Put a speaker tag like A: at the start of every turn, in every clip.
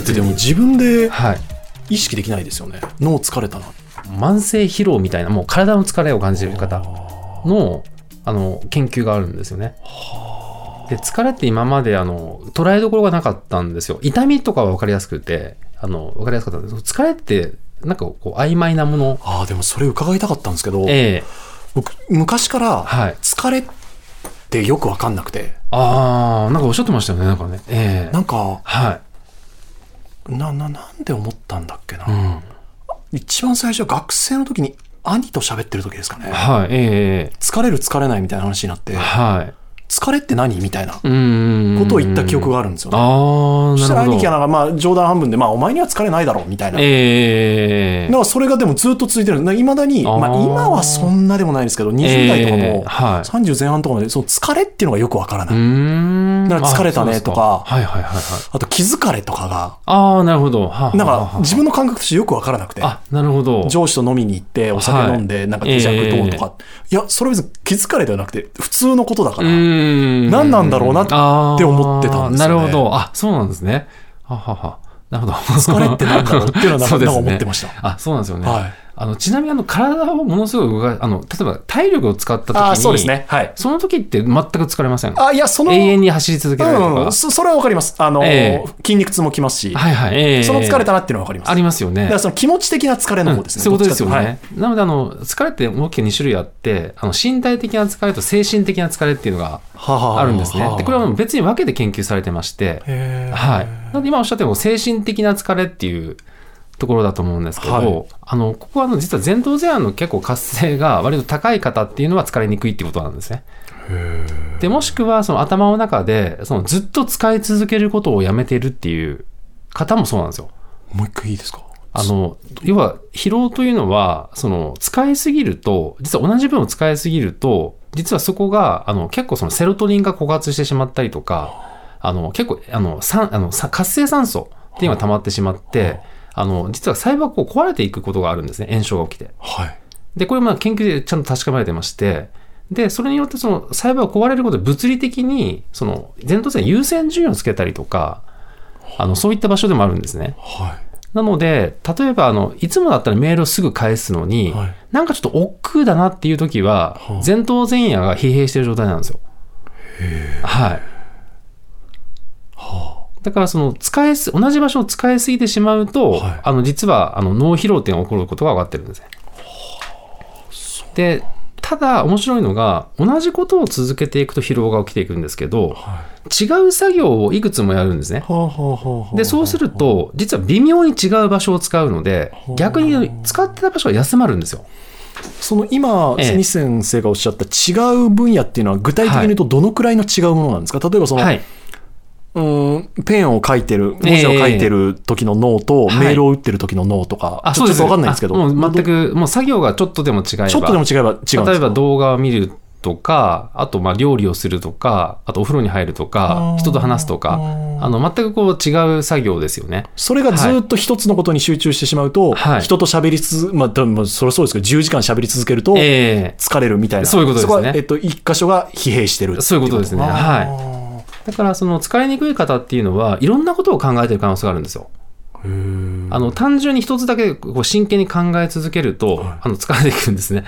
A: ってでも自分で
B: はい。
A: 意識できないですよね脳疲れたな
B: 慢性疲労みたいな、もう体の疲れを感じる方の、あの、研究があるんですよね。で、疲れって今まで、あの、捉えどころがなかったんですよ。痛みとかは分かりやすくて、あの、分かりやすかったんですけど、疲れって、なんかこう、曖昧なもの。
A: ああでもそれ伺いたかったんですけど、
B: ええ
A: 僕昔から
B: はい
A: 疲れってよく分かんなくて
B: ああ、なんかおっしゃってましたよね、なんかね。ええ
A: なんか
B: はい。
A: なななんで思ったんだっけな、
B: うん。
A: 一番最初学生の時に兄と喋ってる時ですかね
B: はい、ええ
A: 疲れる疲れないみたいな話になって
B: はい。
A: 疲れって何みたいな
B: うーん。
A: ことを言った記憶
B: が。
A: があるんですよね、
B: あ
A: そ
B: あ、
A: したら
B: なる
A: 兄
B: ほ
A: 貴は
B: ど。
A: なんかまあ冗談半分で、まあ、お前には疲れないだろうみたいな、
B: ええ
A: だからそれがでもずっと続いてるいまだに
B: あー
A: まあ、今はそんなでもないですけど20代とか
B: ええ
A: も
B: はい
A: 30前半とかまでその疲れっていうのがよくわから
B: う
A: ない、
B: ーん。
A: だから疲れたね
B: あそうです
A: とか
B: はいはいはいはい。
A: あと気づかれとかが
B: ああ、なるほど。はあ
A: なん
B: はあは
A: か
B: あ
A: 自分の感覚としてよくわからなくて
B: あ、なるほど。
A: 上司と飲みに行ってお酒飲んでなんか手酌どうとか、いやそれ別に気づかれではなくて普通のことだから、
B: ん
A: 何なんだろうなって思ってたんですよね
B: あーなるほど。あ、そうなんですね。ははは。なるほど。
A: 疲れってなんだろうっていうのはなんか
B: そうです
A: な
B: ね
A: んか思ってました
B: あ、そうなんですよね。
A: はい
B: あの、ちなみにあの、体をものすごい動か、あの、例えば体力を使った時に、
A: ああそうです。ねはい
B: その時って全く疲れません。
A: あいやその
B: 永遠に走り続けたりとか。
A: うん、そそれはわかりますあの、
B: え
A: 筋肉痛もきますし、
B: はいはい。ええ
A: その疲れたなっていうのはわかります、
B: ありますよね
A: だか。らその気持ち的な疲れの方ですね。
B: そういうことですよね。
A: はい
B: なので、あの、疲れって大きく2種類あって、あの、身体的な疲れと精神的な疲れっていうのがあるんですね。で、これはもう別に分けて研究されてまして、
A: へー
B: はい。なので、今おっしゃったように、精神的な疲れっていうところだと思うんですけど、
A: はい
B: あの、ここはあの、実は前頭前野の結構活性が割と高い方っていうのは疲れにくいっていうことなんですね。で、もしくは、その頭の中で、そのずっと使い続けることをやめてるっていう方もそうなんですよ。
A: もう一回いいですか
B: あの、要は、疲労というのは、その、使いすぎると、実は同じ分を使いすぎると、実はそこが、あの、結構そのセロトニンが枯渇してしまったりとか、あの、結構、あの、酸、あの、さ活性酸素っていうのが溜まってしまって、あの、実は細胞がこう壊れていくことがあるんですね、炎症が起きて。
A: はい。
B: で、これまあ研究でちゃんと確かめられてまして、で、それによってその細胞が壊れることで物理的に、その、前頭線優先順位をつけたりとか、あの、そういった場所でもあるんですね。
A: は
B: なので、例えば、あの、いつもだったらメールをすぐ返すのに、
A: はい
B: なんかちょっと億劫だなっていう時は
A: はあ、
B: 前頭前野が疲弊してる状態なんですよ。はい。だからその使いす同じ場所を使いすぎてしまうと、
A: はい
B: あの実はあの脳疲労っていうのが起こることが分かってるんですね。でただ面白いのが同じことを続けていくと疲労が起きていくんですけど、
A: は
B: 違う作業をいくつもやるんですね。
A: はあ、はあはあはあ
B: で、そうすると、実は微妙に違う場所を使うので、逆に使ってた場所が休まるんですよ。
A: その今、
B: ええ
A: 西先生がおっしゃった違う分野っていうのは、具体的に言うとどのくらいの違うものなんですか、例えばその、
B: はい。
A: うーん、ペンを書いてる、文字を書いてる時の脳と、
B: はい
A: メールを打ってる時の脳とか、ちょちょっとわかんないんですけど、
B: あもう全
A: ど
B: く、もう作業がちょっとでも違えば。
A: ちょっとでも違えば違うんですか
B: 例えば動画を見るとか、あとまあ料理をするとか、あとお風呂に入ると
A: あ
B: か
A: ー、
B: 人と話すとか、あの、全くこう違う作業ですよね。
A: それがずっと一つのことに集中してしまうと、
B: はい
A: 人と喋りつまあ、でもそれそうですけど、10時間喋り続けると、
B: ええ
A: 疲れるみたいな。
B: そういうことですね
A: そこは、えっと、一箇所が疲弊してるって
B: そういうことですねはい
A: は
B: だからその疲れにくい方っていうのは、いろんなことを考えてる可能性があるんですよ。あの単純に一つだけこう真剣に考え続けると、あの疲れてくるんですね。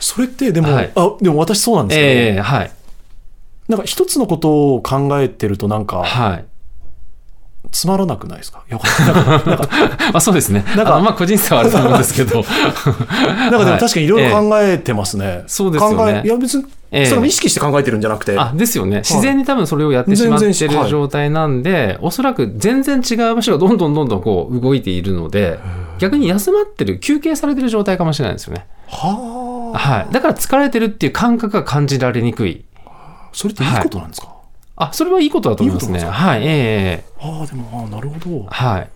A: それって、でも、
B: はい
A: あ、でも私そうなんですけど、
B: ええはい。
A: なんか一つのことを考えてるとなんか、
B: はい。
A: つまらなくないですかよかった。なんか、なんか
B: まあそうですね。
A: なんか
B: あのまあ個人差はあると思うんです けど。
A: なんかでも確かにいろいろ
B: え
A: 考えてますね。
B: そうですよね
A: 考え、いや別に、
B: ええ
A: それも意識して考えてるんじゃなくて、
B: えあ、ですよね。自然に多分それをやってしまって
A: 全然
B: る
A: はい
B: 状態なんで、おそらく全然違う場所がどんどんどんどんこう動いているので、逆に休まってる、休憩されてる状態かもしれないですよね。
A: はあ、
B: はい。だから疲れてるっていう感覚が感じられにくい。
A: それっていいことなんですか、
B: あ、それはいいことだと思いますね。
A: いいこと
B: はい。ええええ
A: ああ、でも、ああなるほど。
B: はい。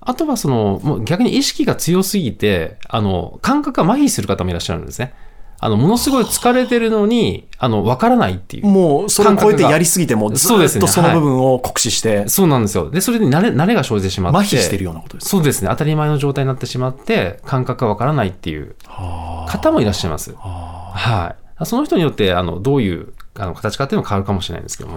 B: あとはその、もう逆に意識が強すぎて、あの、感覚が麻痺する方もいらっしゃるんですね。あの、ものすごい疲れてるのに、あの、わからないっていう。
A: もう、それを超えてやりすぎても、ず
B: そうです
A: っ
B: ね
A: とその
B: はい
A: 部分を酷使して、
B: そうなんですよ。で、それで慣れ慣れが生じてしまって。
A: 麻痺してるようなことです。
B: そうですね。当たり前の状態になってしまって、感覚がわからないっていう
A: は
B: 方もいらっしゃいます。
A: あはあ
B: はい。その人によって、あの、どういうあの形かっていうのも変わるかもしれないんですけども。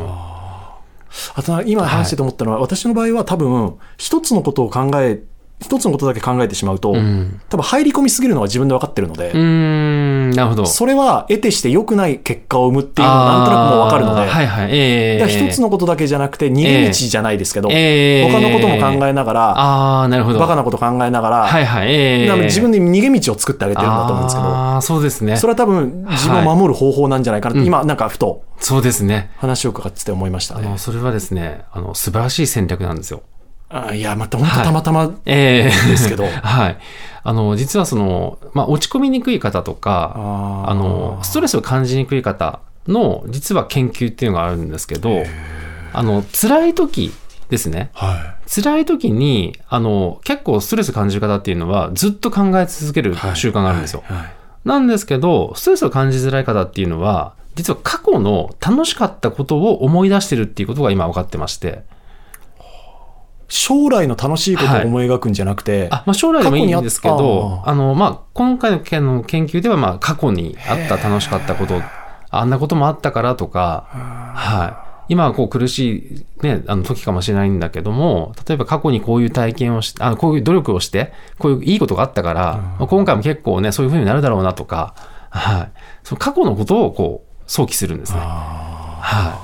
A: あとな今話してて思ったのは、私の場合は多分、一つのことを考え、一つのことだけ考えてしまうと、
B: うん。
A: 多分入り込みすぎるのは自分で分かってるので、
B: うーん、なるほど。
A: それは得てして良くない結果を生むっていうのはなんとなくもう分かるの
B: あー
A: で、
B: はいはい。ええ
A: だから一つのことだけじゃなくて、逃げ道じゃないですけど、
B: ええ
A: 他のことも考えながら、
B: ああ、なるほど。
A: バカなこと考えながら、
B: はいはい。ええ
A: 多分自分で逃げ道を作ってあげてるんだと思うんですけど、
B: ああ、そうですね。
A: それは多分自分を守る方法なんじゃないかなって、
B: はい
A: 今なんかふと
B: そうですね。
A: 話を伺ってて思いました
B: あ
A: ね。
B: の、それはですね、あの、素晴らしい戦略なんですよ。
A: あいや、また本当たまたま、
B: ええ
A: ですけど
B: はい。あの、実はその、まあ、落ち込みにくい方とか、
A: あー
B: あの、ストレスを感じにくい方の、実は研究っていうのがあるんですけど、あの、辛い時ですね。
A: は
B: 辛い時に、あの、結構ストレス感じる方っていうのは、ずっと考え続ける
A: い
B: 習慣があるんですよ。
A: はいはい
B: なんですけど、ストレスを感じづらい方っていうのは、実は過去の楽しかったことを思い出してるっていうことが今分かってまして。
A: 将来の楽しいことを思い描くんじゃなくて、
B: あ、まあ、将来でもいいんですけ
A: 過去にあ
B: ど
A: っ、た
B: あの、まあ、今回の件の研究では、まあ、過去にあった楽しかったこと、あんなこともあったからとか、はい。今はこう苦しいね、あの時かもしれないんだけども、例えば過去にこういう体験をして、あの、こういう努力をして、こういういいことがあったから、まあ今回も結構ね、そういうふうになるだろうなとか、はい。その過去のことをこう、想起するんですね。は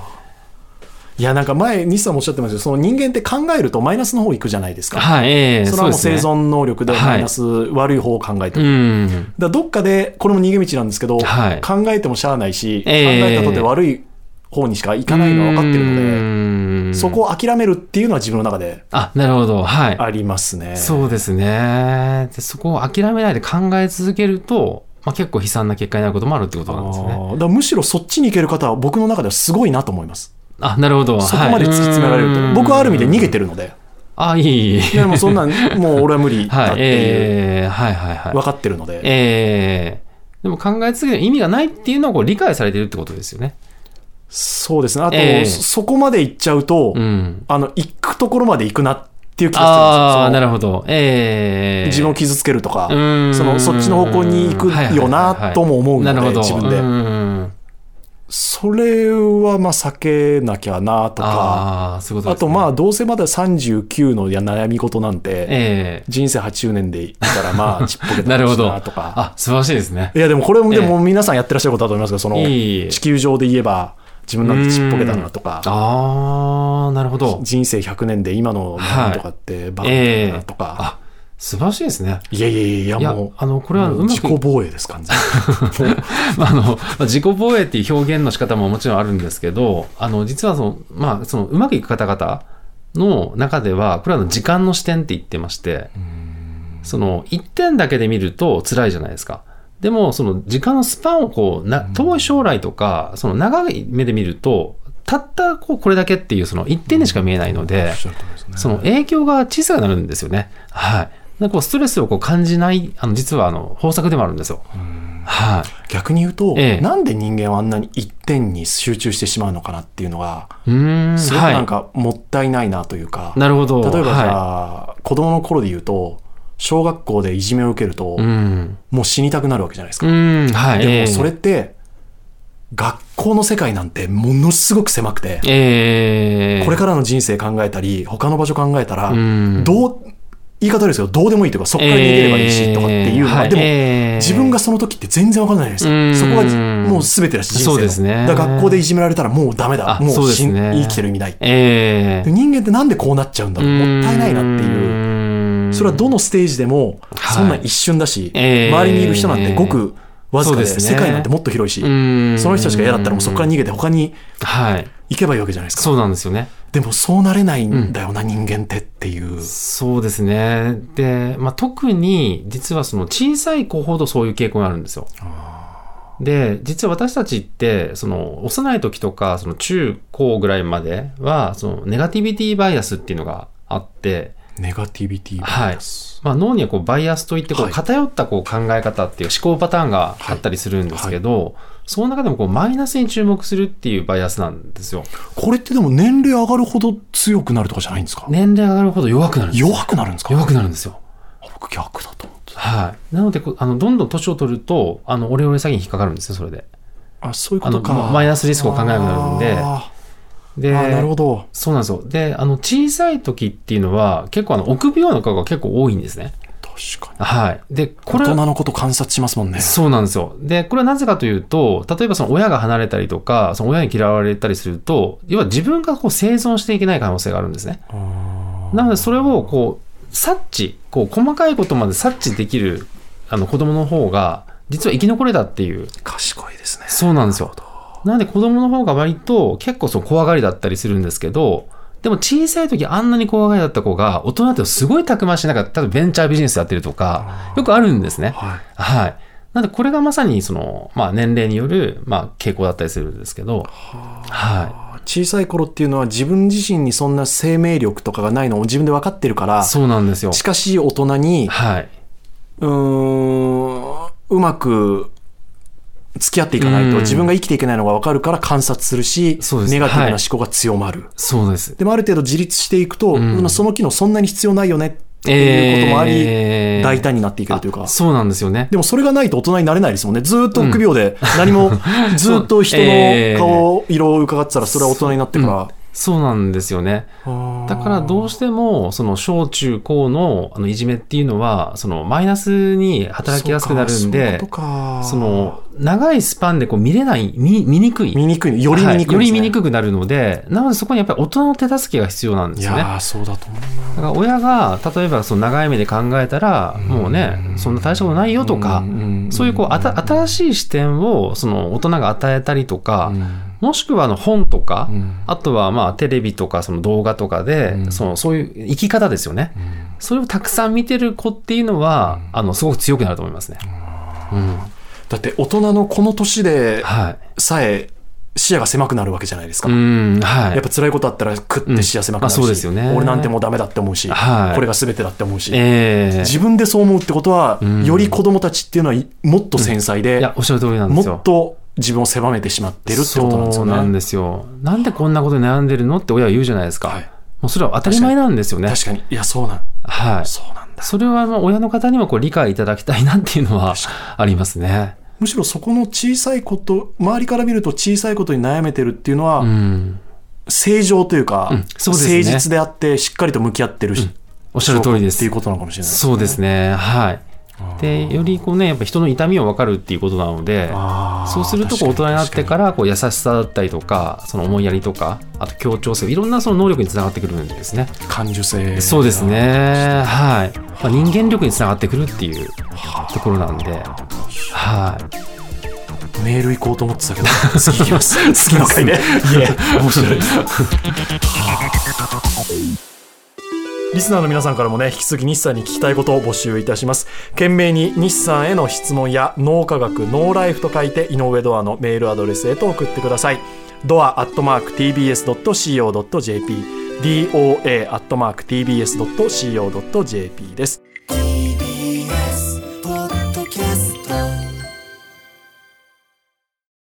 B: い
A: や、なんか前、西さんもおっしゃってましたけど、その人間って考えるとマイナスの方行くじゃないです
B: い。
A: か。
B: はい、ええ
A: それ
B: そ
A: は
B: う
A: も
B: で
A: う
B: す
A: 生
B: ね。
A: 存能力で
B: はい
A: マイナス、悪い方を考えて
B: う
A: る。
B: ん。
A: だからどっかで、これも逃げ道なんですけど、
B: はい
A: 考えてもしゃあないし、
B: ええ
A: 考えたことで悪い方にしか行かないのは分かってるので、
B: の
A: そこを諦めるっていうのは自分の中で
B: あ、なるほど。はい。
A: ありますね。
B: そうですねで。そこを諦めないで考え続けると、まあ、結構悲惨な結果になることもあるってことなんです
A: あ
B: ね。
A: ーだからむしろそっちに行ける方は僕の中ではすごいなと思います。
B: あ、なるほど。
A: そこまで突き詰められると。僕はある意味で逃げて
B: る。
A: るので。
B: あ、いい、いい。
A: いや、もうそん なん、もう俺は無理だ
B: は
A: っ
B: い、
A: ていう、
B: えー、はい、はい、はい。
A: 分かってるので。
B: えー、でも考え続ける意味がないっていうのをこう理解されてるってことですよね。
A: そうですね。あと、
B: ええ
A: そそこまで行っちゃうと、
B: うん。
A: あの、行くところまで行くなっていう気
B: あ
A: が
B: あ、
A: す
B: な
A: るんですよ。
B: るほど。ええー。
A: 自分を傷つけるとか、
B: うーん
A: そのそっちの方向に行くよなとも思うので、
B: はいはいはいはい
A: 自分
B: な
A: で。
B: るほど。うん
A: それはまあ避けなきゃなとか、
B: ああ、そういう
A: あ
B: ことです
A: と
B: ね
A: まあ、どうせまだ39のや悩み事なんて、
B: え
A: 人生80年でいたらまあ、ちっぽけ
B: えー。 な
A: だ
B: るほ
A: し
B: ど。
A: なとか。
B: あ、素晴らしいですね。
A: いや、でもこれも、
B: ええ
A: でも皆さんやってらっしゃることだと思いますけど、その、
B: いい
A: 地球上で言えば、自分なんてちっぽけだなとか、
B: ああ、なるほど。
A: 人生100年で今のなんとかってバカ
B: え
A: だ
B: え
A: なとか、
B: あ、素晴らしいですね。
A: いやいやいや、
B: いや
A: もう、、
B: あの、これは
A: もう
B: うま
A: 自
B: く、
A: 己防衛です、完 全に。もう
B: まあ、あの、まあ自己防衛っていう表現の仕方ももちろんあるんですけど、あの、実はその、まあ、その、うまくいく方々の中では、これはあの時間の視点って言ってまして、その、一点だけで見ると辛いじゃないですか。でも、その、時間のスパンをこう、な、遠い将来とか、その、長い目で見ると、たった、こう、これだけっていう、その、一点でしか見えないので、
A: おっしゃる通りですね
B: その影響が小さくなるんですよね。はい。なんかこうストレスをこう感じない、あの、実はあの、方策でもあるんですよ。は
A: 逆に言うと、
B: ええ
A: なんで人間はあんなに一点に集中してしまうのかなっていうのが、
B: い。うーん。
A: すごくなん
B: は
A: かもったいないなというか
B: い。、なるほど。
A: 例えばじ
B: は
A: ゃあ、子供の頃で言うと、小学校でいじめを受けると
B: い、う、ん。
A: もう死にたくなるわけじゃないですか
B: う。ん。はい。
A: で
B: え
A: も
B: え
A: それって、学校の世界なんてものすごく狭くて、
B: ええ
A: これからの人生考えたり、他の場所考えたら、
B: うん
A: どう、言い方悪いですけど、どうでもいいというか、そこから逃げればいいしとかっていうのは、
B: ええ
A: でも、
B: はいええ
A: 自分がその時って全然わかんないじゃないですか。そこ
B: うん
A: がもう全てだし、人生の
B: そうですね
A: だから学校でいじめられたらもうダメだ。
B: あ
A: も
B: そう
A: う
B: です
A: 死ん
B: ね
A: 生きてる意味ない。
B: え
A: で
B: え
A: 人間ってなんでこうなっちゃうんだろう。もったいないなっていう。
B: う
A: それはどのステージでも、
B: はい
A: そんなん一瞬だし、
B: ええ
A: 周りにいる人なんてごくわずかで、
B: そうですね
A: 世界なんてもっと広いし、
B: うん
A: その人しか嫌だったらもうそこから逃げて他に
B: はい。
A: 行けばいいわけじゃないですか。
B: そうなんですよね。
A: でもそうなれないんだよな、人間ってっていう。
B: そうですね。で、まあ、特に、実はその小さい子ほどそういう傾向があるんですよ。で、実は私たちって、その幼い時とか、その中高ぐらいまでは、そのネガティビティバイアスっていうのがあって、
A: ネガティビティバイアス。
B: まあ、脳にはこうバイアスといってこう
A: はい
B: 偏ったこう考え方っていう思考パターンがあったりするんですけど、その中でもこうマイナスに注目するっていうバイアスなんですよ。
A: これってでも年齢上がるほど強くなるとかじゃないんですか、
B: 年齢が上がるほど弱くなるんですよ。
A: 弱くなるんですか
B: 弱くなるんですよ。
A: 僕逆だと思ってた
B: はい。なので、こうあの、どんどん年を取ると、あの、オレオレ詐欺に引っかかるんですよ、それで。
A: あ、そういうこ
B: あの、
A: とか。
B: まマイナスリスクを考えなくなるんで、
A: あ
B: で、
A: あなるほど。
B: そうなんですよ。で、あの、小さい時っていうのは、結構あの、臆病の顔が結構多いんですね。
A: 確かに。
B: はい。で、こ
A: 大
B: れ
A: 人のこと観察しますもんね。
B: そうなんですよ。で、これはなぜかというと、例えばその親が離れたりとか、その親に嫌われたりすると、要は自分がこう生存していけない可能性があるんですね。
A: あー
B: なので、それをこう、察知、こう、細かいことまで察知できる、あの、子供の方が、実は生き残れたっていう。
A: 賢いですね。
B: そうなんですよ。なので、子供の方が割と、結構その怖がりだったりするんですけど、でも小さい時あんなに怖がりだった子が、大人だとすごいたくましい、なんか、例えばベンチャービジネスやってるとか、よくあるんですね。
A: はい。
B: はい。なんで、これがまさに、その、まあ、年齢による、まあ、傾向だったりするんですけど、は
A: 小さい頃っていうのは自分自身にそんな生命力とかがないのを自分で分かってるか
B: い。
A: ら、
B: そうなんですよ。
A: 近しい大人に、
B: はい。
A: うーん、うまく付き合っていかないと
B: うん
A: 自分が生きていけないのが分かるから観察するし、
B: そうです
A: ネガティブな
B: はい
A: 思考が強まる。
B: そうです。
A: でもある程度自立していくと、
B: うん
A: その機能そんなに必要ないよねっていうこともあり、
B: えー
A: 大胆になっていけるという
B: あ
A: か。
B: そうなんですよね。
A: でもそれがないと大人になれないですもんね。ずーっと臆病で、何も、ずーっと人
B: え
A: の
B: ー
A: 顔、色を伺ってたら、それは大人になってから。
B: そうなんですよね。だからどうしても、その小中高のあのいじめっていうのは、そのマイナスに働きやすくなるんで
A: そう、か
B: そ
A: そういうことか
B: の長いスパンでこう見れない、見見にくい。
A: 見にくい、より見にくいですね、
B: はいより見にくくなるので、なのでそこにやっぱり大人の手助けが必要なんで
A: い
B: す
A: や
B: よね。
A: ー、そうだと思う
B: だから親が、例えばその長い目で考えたら、もうね、そんな大したことないよ
A: な。
B: とか、そういうこうあた新しい視点をその大人が与えたりとか、もしくはあの本とか、あとはまあテレビとかその動画とかで、
A: うん
B: そのそういう生き方ですよね。それをたくさん見てる子っていうのは、あのすごく強くなると思いますね。うん
A: だって大人のこの年で
B: はい。
A: さえ視野が狭くなるわけじゃないですか。
B: うん、はい。
A: やっぱ辛いことあったら食って視野狭くなるし、
B: うんまあそうですよね
A: 俺なんてもうダメだって思うし、
B: はい
A: これが全てだって思うし、
B: ええ
A: 自分でそう思うってことは、
B: うん
A: より子供たちっていうのはいもっと繊細で、
B: いや、おっしゃる通りなんで
A: も
B: すよ。
A: っと自分を狭めてしまってるってことなんですよ
B: そうなん
A: ね。
B: ですよ。なんでこんなことに悩んでるのって親は言うじゃないですか。
A: はい
B: もうそれは当たり前なんですよね。
A: 確かに。いや、そうなん。
B: はい。
A: そうなんだ。
B: それはまあ親の方にもこう理解いただきたいなっていうのは
A: 確
B: ありますね。
A: むしろそこの小さいこと、周りから見ると小さいことに悩めてるっていうのは、
B: うん。
A: 正常というか、
B: うんそうですね
A: 誠実であって、しっかりと向き合ってるし、
B: おっしゃる通り
A: って
B: で
A: い
B: す
A: う。ことなのかもしれない
B: そうですね。はい。で、よりこうね、やっぱ人の痛みを分かるっていうことなので、
A: あー
B: そうするとこう大人になってからこう優しさだったりとか、その思いやりとか、あと協調性、いろんなその能力につながってくるんですね。
A: 確かに感受性
B: そうですね。はい。まあ、人間力につながってくるっていうところなんで、はい。
A: メール行こうと思ってた けど次行きます次の回ねいえ面白いリスナーの皆さんからもね引き続き日産に聞きたいことを募集いたします懸命に日産への質問や脳科学ノーライフと書いて井上ドアのメールアドレスへと送ってくださいドアアットマーク TBS.CO.JP doa アットマーク TBS.CO.JP です